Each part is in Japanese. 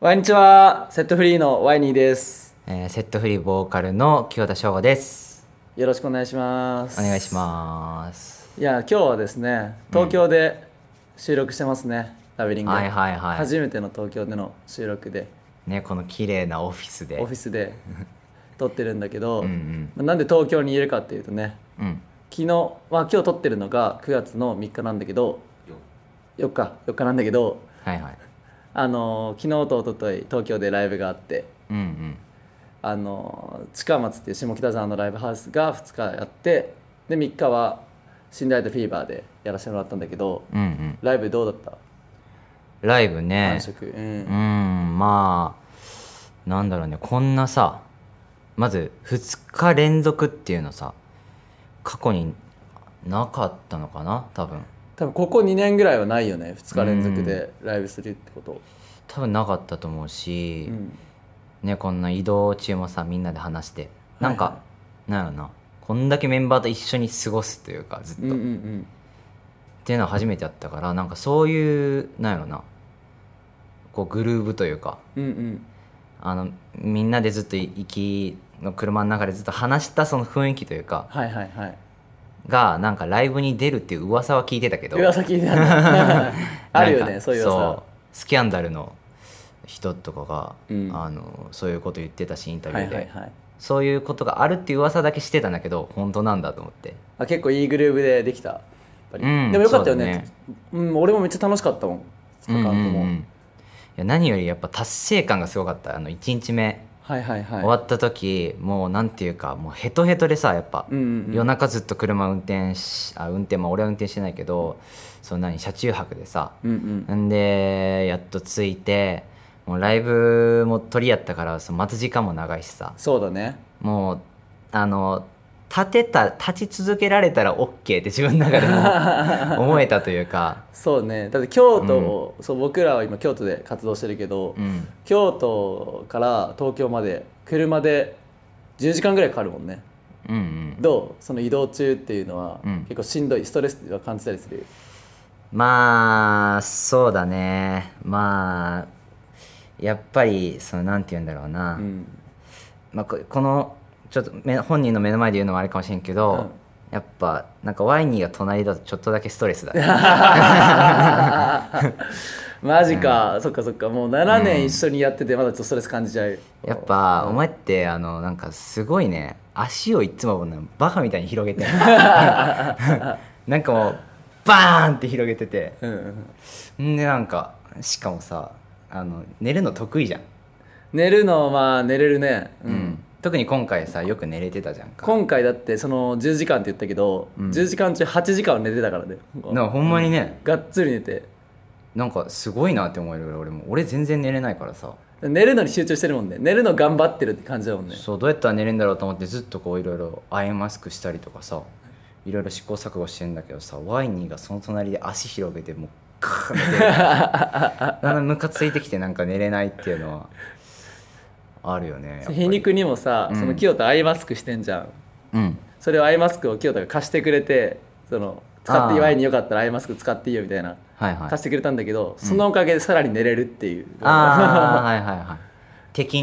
こんにちはセットフリーのワイニーですえーセットフリーボーカルの清田翔吾ですよろしくお願いしますお願いしますすいや今日はですね東京で収録してますね、ラベリングはいはいはい初めての東京での収録でねこの綺麗なオフィスでオフィススで撮ってるんだけど、うんまあなんで東京にいるかっていうとねうんうん昨日は今日撮ってるのが9月の3日なんだけど4日4日なんだけどはいはいあの昨日と一昨日東京でライブがあってうんうんあの近松っていう下北沢のライブハウスが2日やってで3日は新大とフィーバーでやらせてもらったんだけどうんうんライブどうだっライブたね感触、ううんんまあなんだろうねこんなさまず2日連続っていうのさ過去になかったのかな多分多分ここ2年ぐらいはないよね2日連続でライブするってこと、多分なかったと思うし、うんねこんな移動中もさみんなで話してなんか、はいはなんやろなこんだけメンバーと一緒に過ごすというかずっと、うんうんうっんていうのは初めてやったからなんかそういうなんやろなこうグルーブというかうんうんあのみんなでずっと行きの車の中でずっと話したその雰囲気というかはいはいはいがなんかライブに出るっていう噂は聞いてたけど噂聞いて たねあるよなんねかそういう噂うスキャンダルの人とかが、うんあのそういうこと言ってたしインタビはュいーで、はいはいそういうことがあるっていう噂だけしてたんだけど本当なんだと思ってあ結構いいグルーブでできたやっぱり、うんでもよかったよねそううん、俺もめっちゃ楽しかったもん2日間とも、うんうんうんいや何よりやっぱ達成感がすごかったあの1日目、はいはいはい終わった時もうなんていうかもうヘトヘトでさやっぱ、うんうんうん夜中ずっと車運転しあ運転まあ俺は運転してないけどその何車中泊でさうんうんんでやっと着いてもうライブも取りやったからその待つ時間も長いしさそうだねもうあの立てた立ち続けられたら OK って自分の中でも思えたという か、そうねだって京都を、そう僕らは今京都で活動してるけど、うん、京都から東京まで車で10時間ぐらいかかるもんねうんうんどうその移動中っていうのは、うん結構しんどいストレスは感じたりするまあそうだねまあやっぱりそのなんて言うんだろうな、う んまあ、ここのちょっとめ本人の目の前で言うのもあれかもしれんけど、うんやっぱなんかワイニーが隣だとちょっとだけストレ スだねマジか、そっかそっかもう7年一緒にやっててまだちょっとストレス感じちゃう、やっぱお前ってあのなんかすごいね足をいつもなんかバカみたいに広 げてなんかもうバーンって広げててうんうん、んでなんかしかもさあの寝るの得意じゃん、寝るのまあ寝れるねうん特に今回さよく寝れてたじゃんか今回だってその10時間って言ったけど、10時間中8時間は寝てたからねなんかほんまにね、がっつり寝てなんかすごいなって思えるぐらい俺も俺全然寝れないからさ、寝るのに集中してるもんね寝るの頑張ってるって感じだもんねそうどうやったら寝れるんだろうと思ってずっとこういろいろアイマスクしたりとかさいろいろ試行錯誤してんだけどさワイニーがその隣で足広げてもうカーッて寝てるだんだんムカついてきてなんか寝れないっていうのはあるよねやっぱり皮肉にもさ、うんその清田アイマスクしてんじゃんうんそれをアイマスクを清田が貸してくれてその使ってあー祝いによかったらアイマスク使っていいよみたいなはいはい貸してくれたんだけど、そのおかげでさらに寝れるっていうああはいはいはい 敵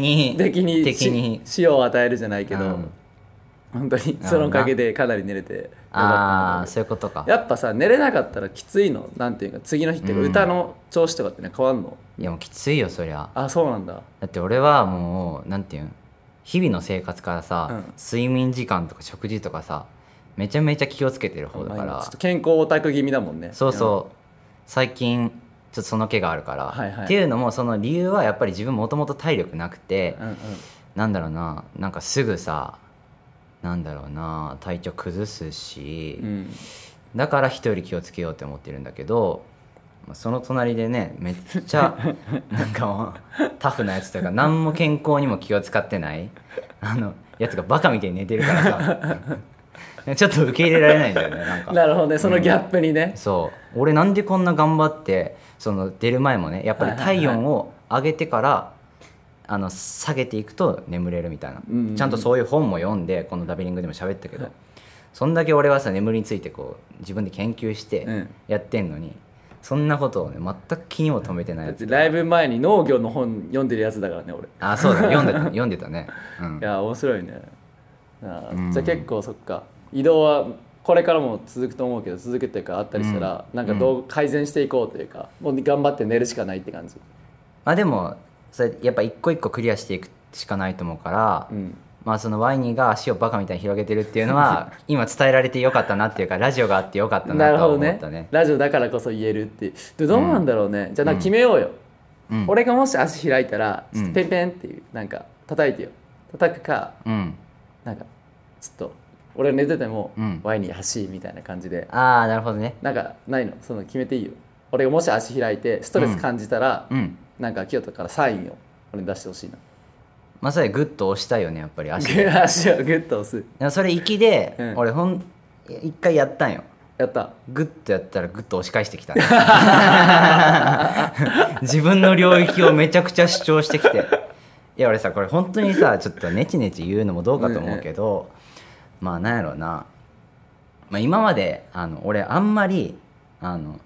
に的に敵にし死を与えるじゃないけど、うん本当になそのおかげでかなり寝れてよかったなああーそういうことかやっぱさ寝れなかったらきついのなんていうか次の日っていうかうん歌の調子とかってね変わんの、いやもうきついよそりゃあそうなんだだって俺はもうなんていうん日々の生活からさ、うん睡眠時間とか食事とかさめちゃめちゃ気をつけてる方だかまあらちょっと健康オタク気味だもんねそうそう最近ちょっとその気があるから、はいはいっていうのもその理由はやっぱり自分もともと体力なくて、うんうんなんだろうななんかすぐさなんだろうな体調崩すし、うんだから人より気をつけようって思ってるんだけどまあその隣でねめっちゃなんかもうタフなやつというか何も健康にも気を使ってないあのやつがバカみたいに寝てるからさちょっと受け入れられないんだよねなんかなるほどねそのギャップにね、そう俺なんでこんな頑張ってその出る前もねやっぱり体温を上げてから、あの下げていくと眠れるみたいな、うんうんうんちゃんとそういう本も読んでこのダビリングでも喋ったけど、そんだけ俺はさ眠りについてこう自分で研究してうんやってんのに、そんなことをね全く気にも留めてなだいやってつライブ前に農業の本読んでるやつだからね俺あそうだ読んで た読んでたね、うんい、や面白いねあーうんじゃあ結構そっか移動はこれからも続くと思うけど続くっていうかあったりしたら、うんなんかどう改善していこうというかもう頑張って寝るしかないって感じまあでもそれやっぱ一個一個クリアしていくしかないと思うから、うんまあそのワイニーが足をバカみたいに広げてるっていう のは今伝えられてよかったなっていうかラジオがあってよかっなたなるとほはど思ねったねラジオだからこそ言えるってでどうなんだろうね、じゃあなんか決めようよ、うん俺がもし足開いたらちょっうとんペンペンっていうなんか叩いてよ叩くかうんなんかちょっと俺寝ててもうんワイに走りみたいな感じでああなるほどねなんかないのその決めていいよ俺がもし足開いてストレス感じたら、うんなんか清田からサインを俺に出してほしいなまあそれグッと押したいよねやっぱり 足足をグッと押すでもそれ行きで、うん俺ほん一回やったんよやったグッとやったらグッと押し返してきたね、 自分の領域をめちゃくちゃ主張してきていや俺さこれ本当にさちょっとネチネチ言うのもどうかと思うけど、まあなんやろうな、まあ、今まであの俺あんまりあの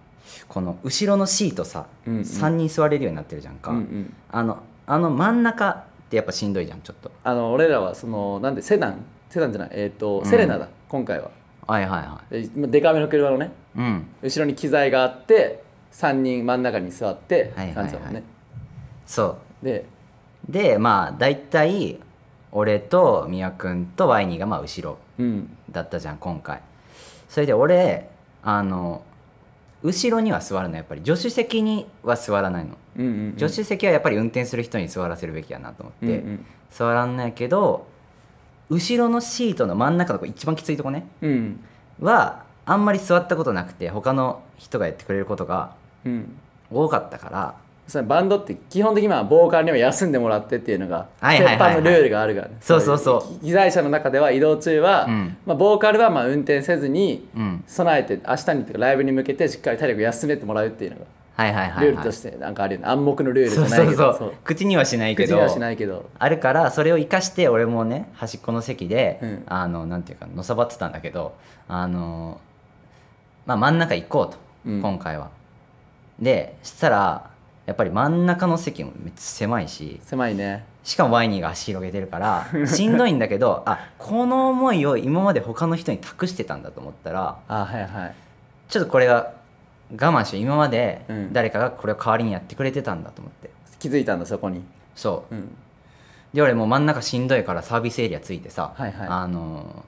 この後ろのシートさ、うんうん3人座れるようになってるじゃんか、うんうんあのあの真ん中ってやっぱしんどいじゃんちょっとあの俺らはそのなんでセダンセダンじゃないえっ、と、んセレナだ今回ははいはいはででかめの車のねいうん後ろに機材があって3人真ん中に座ってはいはいはい感じだもんね、そうででまあ大体俺と宮君とワイニーがまあ後ろうんだったじゃん今回それで俺あの後ろには座るのやっぱり助手席には座らないのうんうん助手席はやっぱり運転する人に座らせるべきやなと思って、うんうん座らんないけど後ろのシートの真ん中の一番きついとこねうんはあんまり座ったことなくて他の人がやってくれることがうん多かったからそのバンドって基本的にはボーカルには休んでもらってっていうのがはい鉄はいはいはい板のルールがあるからねそうそうそうい機材車の中では移動中は、うんまあ、ボーカルはまあ運転せずにうん備えて明日にっていうかライブに向けてしっかり体力休めてもらうっていうのはいはいはい、がはい、ルールとしてなんかあるよね暗黙のルールじそうゃないそけうどそうそう口にはしないけ口どにはしないけどあるからそれを生かして俺もね端っこの席で、うんあのなんていうかのさばってたんだけどあの、まあ、真ん中行こうと、うん今回はでしたらやっぱり真ん中の席もめっちゃ狭いし狭いねしかもワイニーが足広げてるから しんどいんだけどあこの思いを今まで他の人に託してたんだと思ったらあはいはいちょっとこれが我慢して今までうん誰かがこれを代わりにやってくれてたんだと思って、気づいたんだそこにそううんで俺もう真ん中しんどいからサービスエリアついてさ、はいはいあの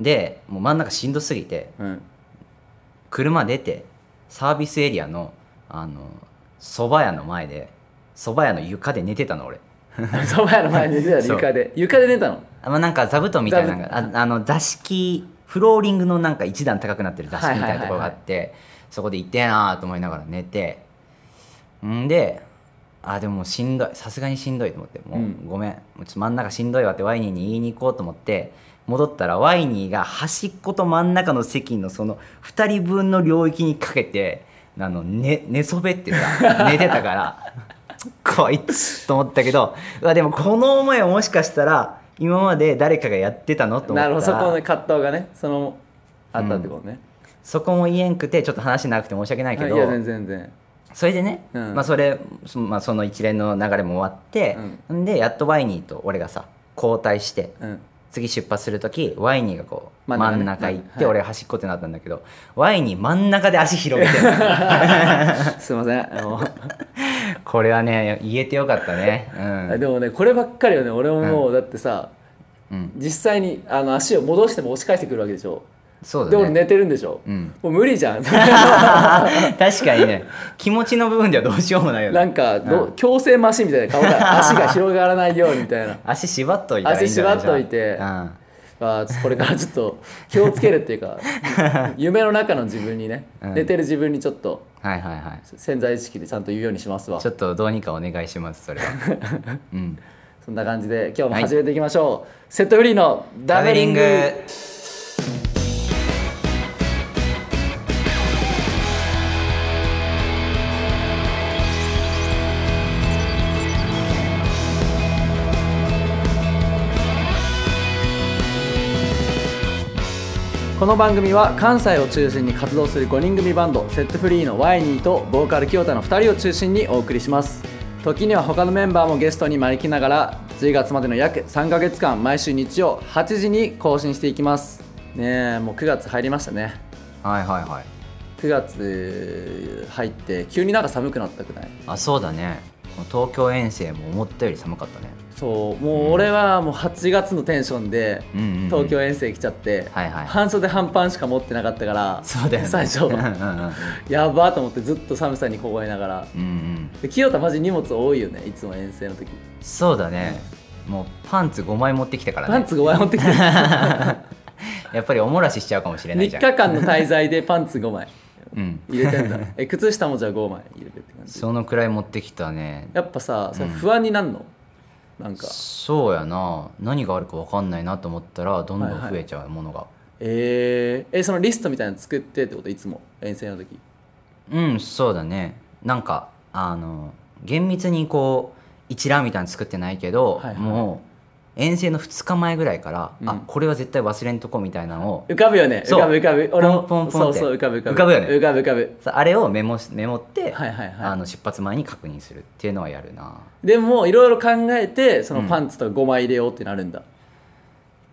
ーでもう真ん中しんどすぎてうん車出てサービスエリアのあのそば屋の前でそば屋の床で寝てたの俺そば屋の前に寝てたそのう床で床で寝たのあまあなんか座布団みたいなのが座布ああの座敷フローリングのなんか一段高くなってる座敷みたいなところがあって、そこで行ってえなーと思いながら寝てんであでももうしんどいさすがにしんどいと思ってもう、うんごめんもうちょっと真ん中しんどいわってワイニーに言いに行こうと思って戻ったらワイニーが端っこと真ん中の席のその2人分の領域にかけてあの寝寝そべってさ寝てた から。こいつと思ったけどうわでもこの思いはもしかしたら今まで誰かがやってたのと思っなたるらほどそこの葛藤がねそのあったってことね、そこも言えんくてちょっと話長くて申し訳ないけどいや全然全然それでね、うんまあ、それ、そまあ、その一連の流れも終わって、ん、でやっとワイニーと俺がさ交代してうん次出発する時ワイニーがこう真ん中ね真ん中行っはいて俺が端っこってなったんだけどワイニー真ん中で足広げて る すいませんあのこれはね言えてよかったねう んでもねこればっかりよね俺ももうだってさ、うん実際にあの足を戻しても押し返してくるわけでしょそでうだ俺ね寝てるんでしょ、うんもう無理じゃ ん 確かにね気持ちの部分ではどうしようもないよなねんかどう強制マシンみたいな顔 が足が広がらないようにみたいな足縛っといたらいいんじゃない足縛っといてじゃあうんあーちょっとこれからちょっと気をつけるっていうか 夢の中の自分にね、うん寝てる自分にちょっとはいはいはい潜在意識でちゃんと言うようにしますわちょっとどうにかお願いしますそれは うんそんな感じで今日も始めていきましょう、セットフリーのダベリングこの番組は関西を中心に活動する5人組バンドセットフリーのワイニーとボーカル清田の2人を中心にお送りします時には他のメンバーもゲストに招きながら10月までの約3ヶ月間毎週日曜8時に更新していきますねえもう9月入りましたねはいはいはい9月入って急になんか寒くなったくないあそうだねこの東京遠征も思ったより寒かったねそうもう俺はもう8月のテンションでうんうんうん、東京遠遠征来ちゃって、はいはい半袖半パンしか持ってなかったからそうだよね最初うんうんうんやばーと思ってずっと寒さに凍えながらうんうんで清田マジ荷物多いよねいつも遠征の時そうだねもうパンツ5枚持ってきたからねパンツ5枚持ってき てやっぱりおもらししちゃうかもしれないじ3日ゃん間の滞在でパンツ5枚うん、入れてん だえ靴下もじゃあ5枚入れてって感じそのくらい持ってきたねやっぱさそれうん不安になんの、なんかそうやな何があるか分かんないなと思ったらどんどん増えちゃうものが、えー、えそのリストみたいなの作ってってこといつも遠征の時うんそうだねなんかあの厳密にこう一覧みたいなの作ってないけど、はいはいもう遠征の2日前ぐらいから、うんあこれは絶対忘れんとこみたいなのを浮かぶよね浮そうかぶ浮かぶ俺もポンポンポンってそうそう浮かぶ浮かぶ浮かぶよね浮かぶ浮かぶさあれをメモしメモって、はいはいはいあの出発前に確認するっていうのはやるなでもいろいろ考えてそのパンツとか5枚入れようってなるんだ、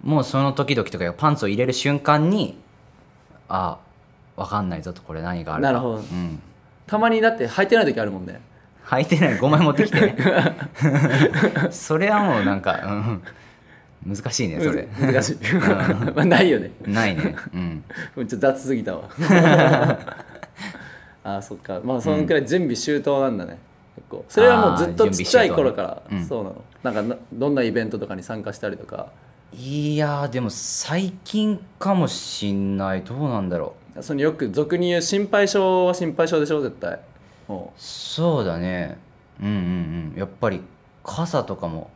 もうその時々とかパンツを入れる瞬間にあ分かんないぞとこれ何があるかなるほどうん、たまにだって履いてない時あるもんね履いてない5枚持ってきて それはもうなんか、うん、難しいねそれむず難しいまあ ないよねないねうんちょっと雑すぎた わあーそっかまあそのくらい準備周到なんだね、結構それはもうずっとあー準ち備っちゃ周到い頃から、うんそうなのなんかなどんなイベントとかに参加したりとかいやーでも最近かもしんないどうなんだろそのよく俗に言う心配性は心配性でしょ絶対もうそうだねうんうんうんやっぱり傘とかも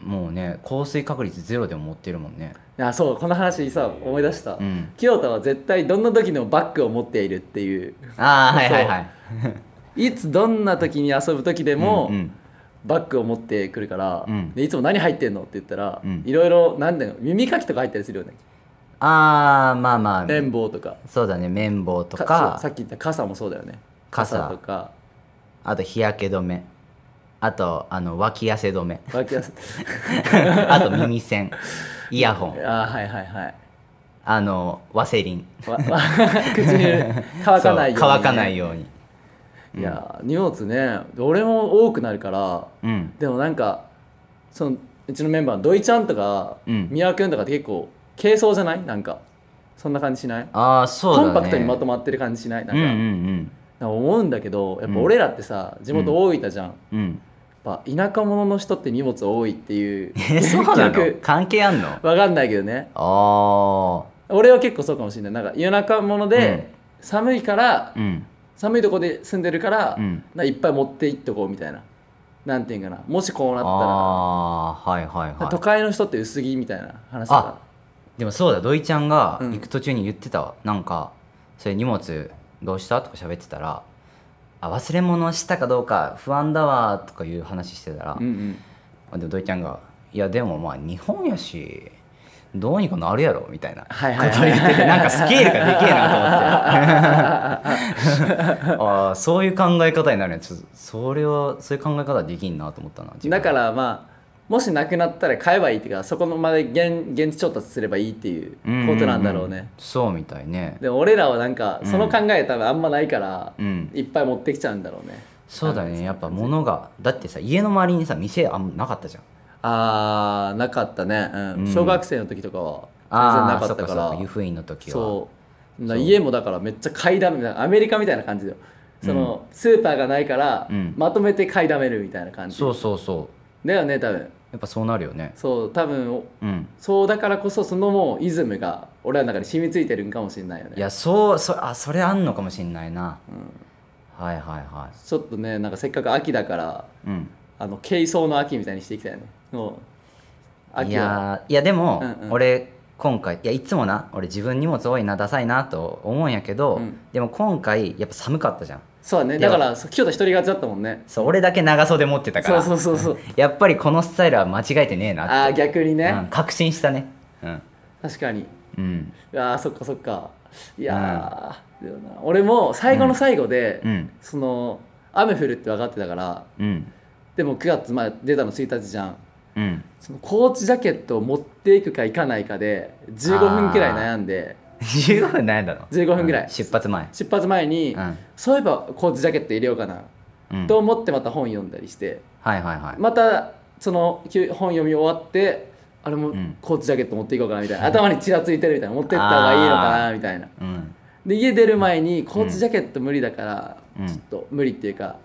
もうね降水確率ゼロでも持ってるもんねうあそうこの話さ思い出した、うん清田は絶対どんな時でもバッグを持っているっていうああはいはいはいいつどんな時に遊ぶ時でも、うんバッグを持ってくるから、うんでいつも何入ってんのって言ったら、うんいろいろ何だろう耳かきとか入ったりするよねああまあまあ綿棒とかそうだね綿棒とかかそうさっき言った傘もそうだよね傘とかあと日焼け止めあとあの脇汗止め脇 汗あと耳栓イヤホンああはいはいはいあのワセリンわわ 口に乾かないようにね、そう乾かないようにいやー荷物ね俺も多くなるからうんでもなんかそのうちのメンバーの土井ちゃんとか、うん宮くんとかって結構軽装じゃないなんかそんな感じしない、ああそうだねコンパクトにまとまってる感じしないなんうんか,、うなんんか思うんだけどやっぱ俺らってさ地元大分じゃん、うんうんやっぱ田舎者の人って荷物多いっていうえそう なの逆関係あんのあわかんないけどねあ俺は結構そうかもしれないなんか夜中物で、寒いからうん寒いとこで住んでるから、うんなんかいっぱい持っていっとこうみたいななんていうんかなもしこうなあっあーはいはいたら都は会の人って薄着みたいな話とかいでもそうだ土井ちゃんがうん行く途中に言ってたわ、なんかそれ荷物どうしたとか喋ってたらあ忘れ物したかどうか不安だわとかいう話してたら、うんうんあでも土井ちゃんが「いやでもまあ日本やしどうにかなるやろ」みたいなこはいはいとを言っててなんかスケールがでけえ なと思ってああそういう考え方になるんやちょっとそれはそういう考え方できんなと思ったな自分だからまあもしなくなったら買えばいいっていうかそこのまで現現地調達すればいいっていうことなんだろうね、んんんそうみたいねでも俺らはなんかその考え多分あんまないから、うんいっぱい持ってきちゃうんだろうねそうだねやっぱ物がだってさ家の周りにさ店あんまなかったじゃんあーなかったね、うんうん小学生の時とかは全然あなあかそっったかかそっらか湯布院の時はそううな家もだからめっちゃ買いだめアメリカみたいな感じだよその、スーパーがないから、うんまとめて買いだめるみたいな感じそうそうそうだよね多分やっぱそうなるよねそう多分うんそうだからこそそのもうイズムが俺らの中に染みついてるんかもしれないよいねやそうそあそれあんのかもしんないな、はいはいはちょっとねなんかせっかく秋だからい、うん、あの軽装の秋みたいにしていきたいよねもうい秋はやーいやでも、うんうん俺今回いやいつもな俺自分荷物多いなダサいなと思うんやけど、うんでも今回やっぱ寒かったじゃんそうだねだからそう清田一人勝ちだったもんねそう俺だけ長袖持ってたかそうらそうそうそうやっぱりこのスタイルは間違えてねえなああって逆にね、うん確信したねうん確かにうんあーそっかそっかいやー、だよな俺も最後の最後で、うんその雨降るって分かってたからうんでも9月前出たの1日じゃんうんそのコーチジャケットを持っていくか行かないかで15分くらい悩んで15分悩んだの15分ぐらいうん出発前出発前に、うんそういえばコーチジャケット入れようかな、うんと思ってまた本読んだりしてはいはいはいまたそのきゅ本読み終わってあれもうんコーチジャケット持っていこうかなみたいな、頭にちらついてるみたいな持ってった方がいいのかなみたいなうんで家出る前にコーチジャケット無理だから、うんちょっと無理っていうか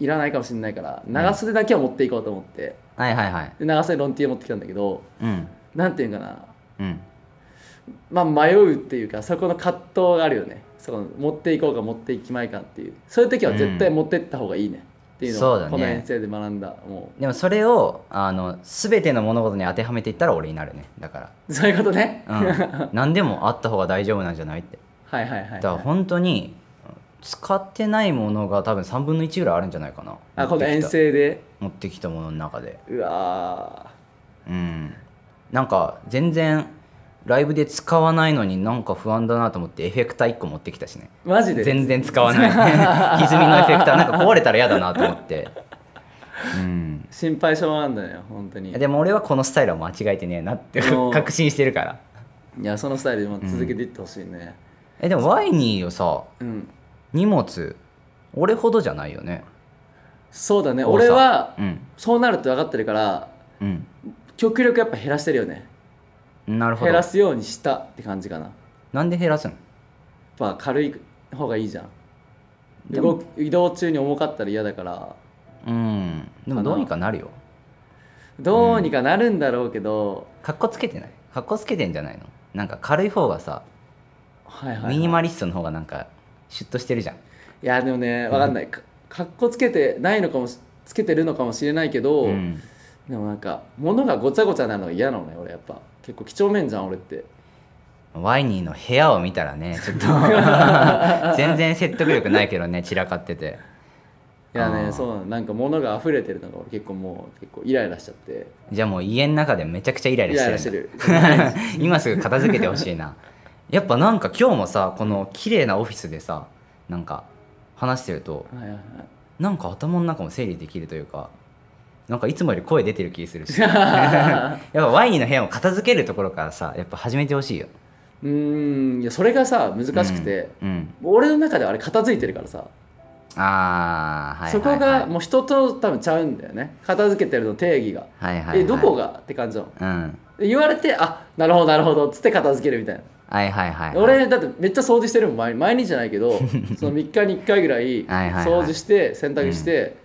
いらないかもしれないから長袖だけは持っていこうと思ってはいはいはいで長袖ロンティー持ってきたんだけどうんなんていうんかなうんまあ迷うっていうかそこの葛藤があるよねその持っていこうか持っていきまいかっていうそういう時は絶対持ってった方がいいねっていうのそをうだねこの遠征で学んだもでもそれをあの全ての物事に当てはめていったら俺になるねだかうそういうことね、 ら、うん、何でもあった方が大丈夫なんじゃないってはいはいはいはいだから本当に使ってないものが多分3分の1ぐらいあるんじゃないかなあこの遠持ってきた征で持ってきたものの中でうわうんなんか全然ライブで使わないのになんか不安だなと思ってエフェクター1個持ってきたしねーマジで全然使 わない 歪みのエフェクターなんか壊れたら嫌だなと思ってうん心配性なんだよ本当にいやでも俺はこのスタイルは間違えてねえなっておー確信してるからいやそのスタイルでも続けていってほしいねえでもワイニーをさうん、荷物俺ほどじゃないよねそうだね多さ俺はうんそうなるって分かってるからうん極力やっぱ減らしてるよねなるほ減どらすようにしたって感じかなやっなんで減らすんぱ軽い方がいいじゃんでも動く移動中に重かったら嫌だからうんでもどうにかなるよどうにかなるんだろうけど、かっこつけてないかっこつけてんじゃないのなんか軽い方がさはいはいはい、ミニマリストの方がなんかシュッとしてるじゃんいやでもね分かんないかかっこつけてないのかもしつけてるのかもしれないけど、うんでもなんか物がごちゃごちゃなるのが嫌なのね俺やっぱ結構几帳面じゃん俺ってワイニーの部屋を見たらねちょっ と全然説得力ないけどね散らかってていやねあーそうなのなんか物が溢れてるのが俺結構もう結構イライラしちゃってじゃあもう家の中でめちゃくちゃイライイラしてライるんラだしてる 今すぐ片付けてほしいなやっぱなんか今日もさこの綺麗なオフィスでさなんか話してるとはいはいはいなんか頭の中も整理できるというかなんかいつもより声出てる気 するしやっ ぱワインの部屋を片付けるところからさやっぱ始めてほしいようーんいやそれがさ難しくて、うん、うん俺の中ではあれ片付いてるからさ、ああはいはい、はい、そこがもう人と多分ちゃうんだよね片付けてるの定義が、はいはい、はい、えどこがって感じなのうんで言われてあなるほどなるほどっつって片付けるみたいなはいはいはいはい俺だってめっちゃ掃除してるもん毎毎日じゃないけ どその3日に1回ぐらいはいはいはい掃除して洗濯して、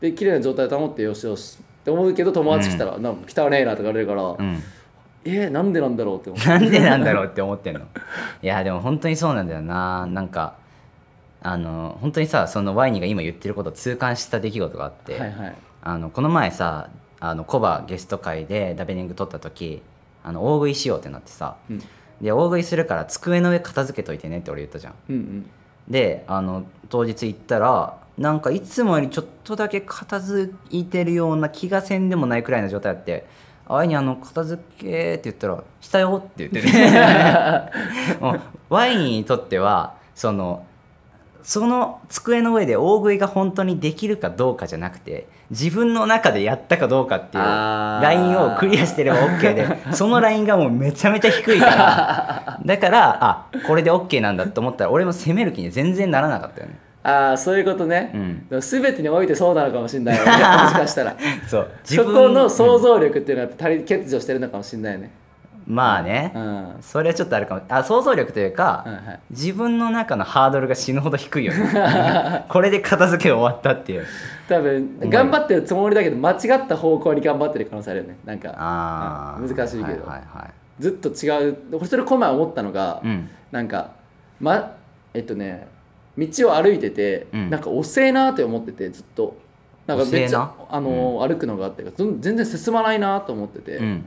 で綺麗な状態保ってよしよしって思うけど友達来たら「なんか汚ねえな」とか言われるから「うんえーなんでなんだろう?」って思 うなんでなんだろうって思ってんのいやでも本当にそうなんだよななんかあの本当にさそのワイニーが今言ってることを痛感した出来事があって、はいはいあのこの前さあのコバゲスト会でダベリング撮った時あの大食いしようってなってさうんで大食いするから机の上片付けといてねって俺言ったじゃんうんうんであの当日行ったらなんかいつもよりちょっとだけ片付いてるような気がせんでもないくらいの状態あって「あいにあの片付け」って言ったら「したよ」って言ってね もうワインにとってはそのその机の上で大食いが本当にできるかどうかじゃなくて自分の中でやったかどうかっていうあーラインをクリアしてれば OK でそのラインがもうめちゃめちゃ低 いからだからあこれで OK なんだと思ったら俺も攻める気に全然ならなかったよねああそういうことね、うんでも全てにおいてそうなのかもしれない よねもしかしたらそうそこの想像力っていうのはやっぱ足り欠如してるのかもしれないねまあね、うんはそれはちょっとあるかもあ想像力というか、いはい自分の中のハードルが死ぬほど低いよねこれで片付け終わったっていう多分頑張ってるつもりだけど間違った方向に頑張ってる可能性あるよねなんかあー難しいけどはいはいはずっと違う俺それこの前思ったのが、いうんなんかまえっとね道を歩いてて、うんなんか遅えなって思っててずっとなんかめっちゃ遅えなあのー、歩くのがあってずん全然進まないなと思ってて、うん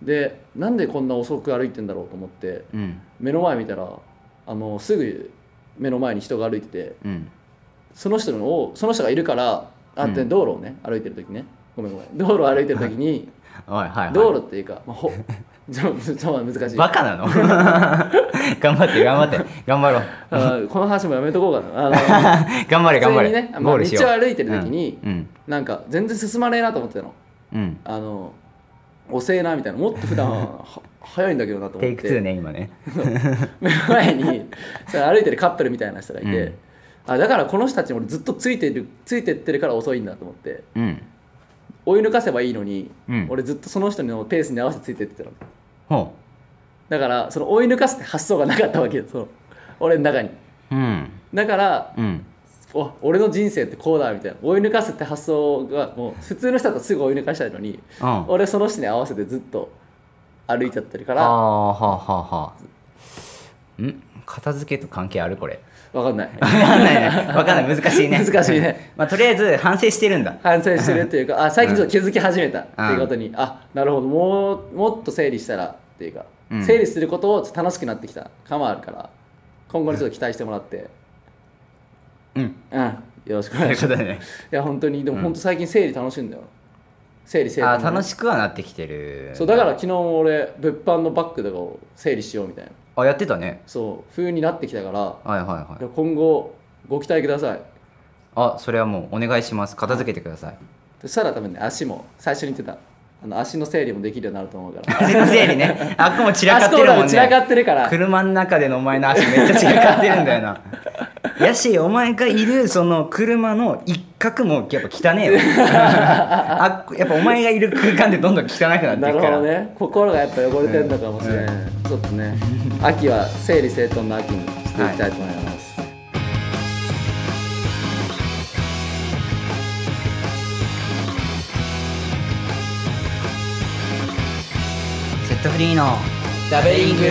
でなんでこんな遅く歩いてんだろうと思ってうん目の前見たらあのーすぐ目の前に人が歩いててうんその人のをその人がいるからあってうん道路をね歩いてる時ねごめんごめん道路を歩いてる時にはいはいはい道路っていうか、まあ、ほちょちょっと難しいバカなの 頑張って頑張って頑張ろうあーこの話もやめとこうかなあ 頑張れの普通頑張れ、にね、まあゴールしよう道を歩いてる時に、うんなんか全然進まねえなと思ってたのうん、あの遅えなみたいなもっと普段はは早いんだけどなとテ思っイク2てね今ね目の前にそれ歩いてるカップルみたいな人がいて、うんあだからこの人たちに俺ずっとついてるついてってるから遅いんだと思ってうん追い抜かせばいいのに、うん俺ずっとその人のペースに合わせてついてってたのほだからその追い抜かすって発想がなかったわけよその俺の中にううんだからうんお俺の人生ってこうだみたいな追い抜かすって発想がもう普通の人だとすぐ追い抜かしたいのにうん俺その人に合わせてずっと歩いちゃってるかあらあはあはあはあん片付けと関係あるこれ 分かんない分かんないね分かんない難しいね難しいね、まあ、とりあえず反省してるんだ反省してるっていう かあ最近ちょっと気づき始めたっていうことに、あなるほどもうもっと整理したらっていうか、うん整理することをちょっと楽しくなってきた感はあるから今後にちょっと期待してもらってうんうんよろしくおそう願いいうしこますとだね いや本当にでも本当最近整理楽しいんだよ整理整あ理ー楽しくはなってきてるそうだから昨日俺物販のバッグとかを整理しようみたいなあやってたねそう風になってきたからはいはいはいいや今後ご期待くださいあそれはもうお願いします片付けてくださいそしたら多分ね足も最初に言ってたあの足の整理もできるようになると思うから足の整理ね あっこも散らかあっそこてるだもよん散らかねってるから車の中でのお前の足めっちゃ散らかってるんだよ なやしお前がいるその車の一角もやっぱ汚 ねえよあっこやっぱお前がいる空間でどんどん汚くなっていくからなるほどね心がやっぱ汚れてるのかもしれない、うんちょっとね秋は整理整頓の秋にしていきたいと思います、セットフリーのダベリング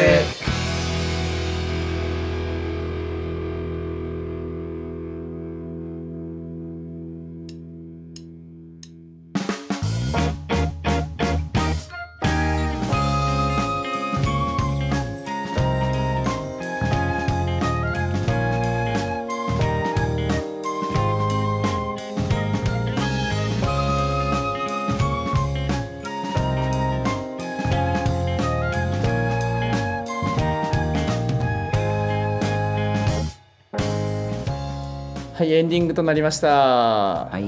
はいエンディングとなりました、 はい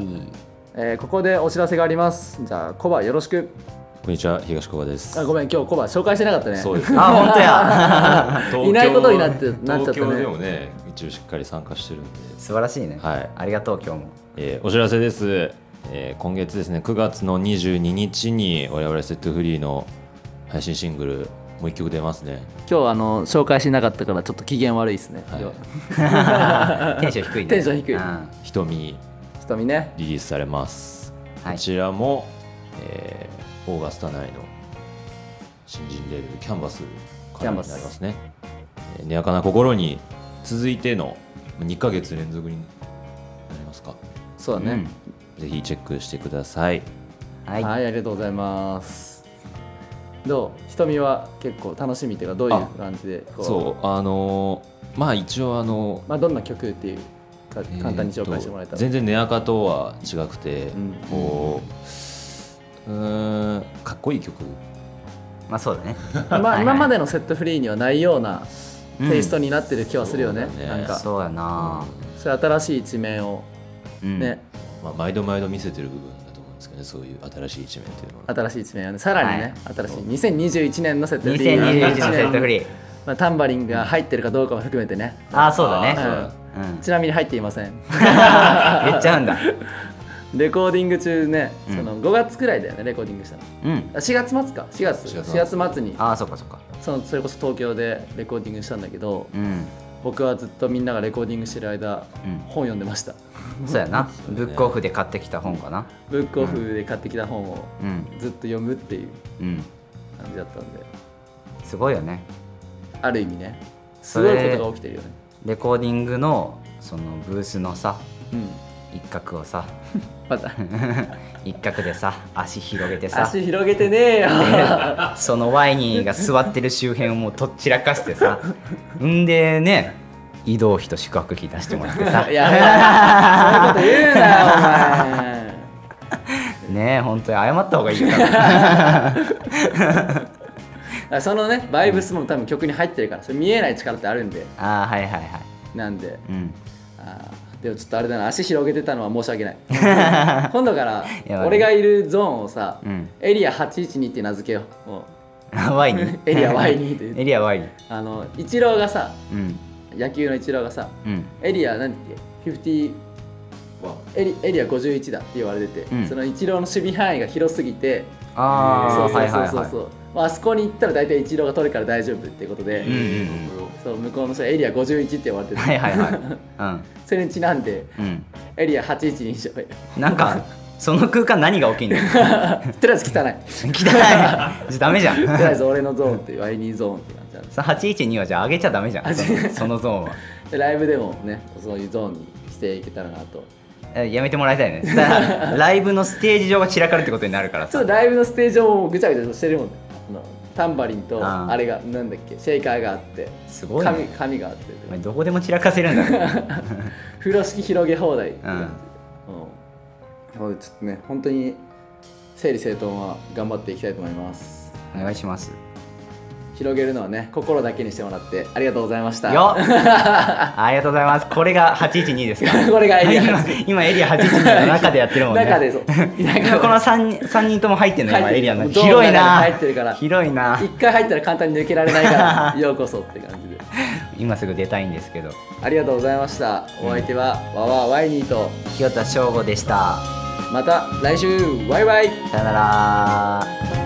えーここでお知らせがありますじゃあコバよろしくこんにちは、東小川です。あごめん今日コバ紹介してなかったねそ うですね。あ本当や東京いないことになってなっちゃったね東京でもね、一応しっかり参加してるんで。素晴らしいね、はいありがとう今日も えーお知らせです、えー今月ですね9月の22日に我々セットフリーの配信シングルもう1曲出ますね今日あの紹介しなかったからちょっと機嫌悪いですね、はいではテンション低いねテンション低いうんは「瞳瞳ね」リリースされます、いこちらも、えーオーガスタ内の新人レーベルキャンバスからになりますね「えー、にやかな心」に続いての2ヶ月連続になりますかそうだね、ぜひチェックしてくださいははいい、ありがとうございますどう瞳は結構楽しみっていうかどういう感じでこそうあのーまあ一応あのーまあ、どんな曲っていうかえー簡単に紹介してもらえたとら、全然ネアカとは違くて、んこううーんかっこいい曲まあそうだねまはいはあ、い今までのセットフリーにはないようなうんテイストになってる気はするよね、そうだねなんかそうやな、それ新しい一面をうんね、まあ、毎度毎度見せてる部分だと思うんですけどねそういう新しい一面っていうのは新しい一面をねさらにね、新しい2021年のセットフリー2021のセットフリーまあ、タンバリンが入ってるかどうかも含めてねあ あそうだねあーうんちなみに入っていません言っちゃうんだレコーディング中ね、うんその5月くらいだよねレコーディングしたのうんあ4月末か4月4 4月末にああそっかそっかそのそれこそ東京でレコーディングしたんだけどうん僕はずっとみんながレコーディングしてる間、うん本読んでましたそうやなブックオフで買ってきた本かなブックオフで買ってきた本をうんずっと読むっていううん感じだったんで、すごいよねある意味ねすそごれいことが起きてるよねレコーディングのそのブースのさうん一角をさ また一角でさ足広げてさ 足広げてねえよそのワイニーが座ってる周辺をもうとっちらかしてさんでね移動費と宿泊費出してもらって さやめなそういうこと言うなよお 前ねえ本当に謝った方がいいよ多分からそのねバイブスも多分曲に入ってるからそれ見えない力ってあるんでああはいはいはいなんでうんあーでもちょっとあれだな足広げてたのは申し訳ない 今度からやばい俺がいるゾーンをさうんエリア812って名付けようも Y にう エリア Y にって言っ エてリア Y にあのイチローがさうん野球のイチローがさうんエリア何だっけ50エリエリア51だって言われてて、うんそのイチローの守備範囲が広すぎてああそうそはういはいそうそう、はまああそこに行ったら大体イチローが取るから大丈夫ってことで、いうんうんうんそう向こうの人はエリア51って言われてて、はいはいはそれにちなんでいうんエリア812にしようようんなんかその空間何が起きん のとりあえず汚い汚いじ ゃダメじゃんとりあ えず俺のゾーンっていうワイニーゾーンって感じなんでその812はじゃあ上げちゃダメじゃんそのそのゾーンは でライブでもねそういうゾーンにしていけたらなとえやめてもらいたいねそした らライブのステージ上が散らかるってことになるからちょさっとライブのステージをもうぐちゃぐちゃとしてるもんねあのタンバリンとあーあれがなんだっけシェイカーがあってすごい紙ね紙があってお前どこでも散らかせるん だね風呂敷広げ放題ってう感んじで、うん、ちょっとね本当に整理整頓は頑張っていきたいと思いますお願いします広げるのはね心だけにしてもらってありがとうございました よありがとうございますこれが812ですかこれがエリア 今今エリア812の中でやってるもんね中で そう今この 3, 人三人とも入ってんの今入ってるエリアのもうどの広い中なに入ってるから広いな一回入ったら簡単に抜けられないからようこそって感じで今すぐ出たいんですけどありがとうございましたお相手は、わわワイニーと清田翔吾でしたまた来週バイバイさよなら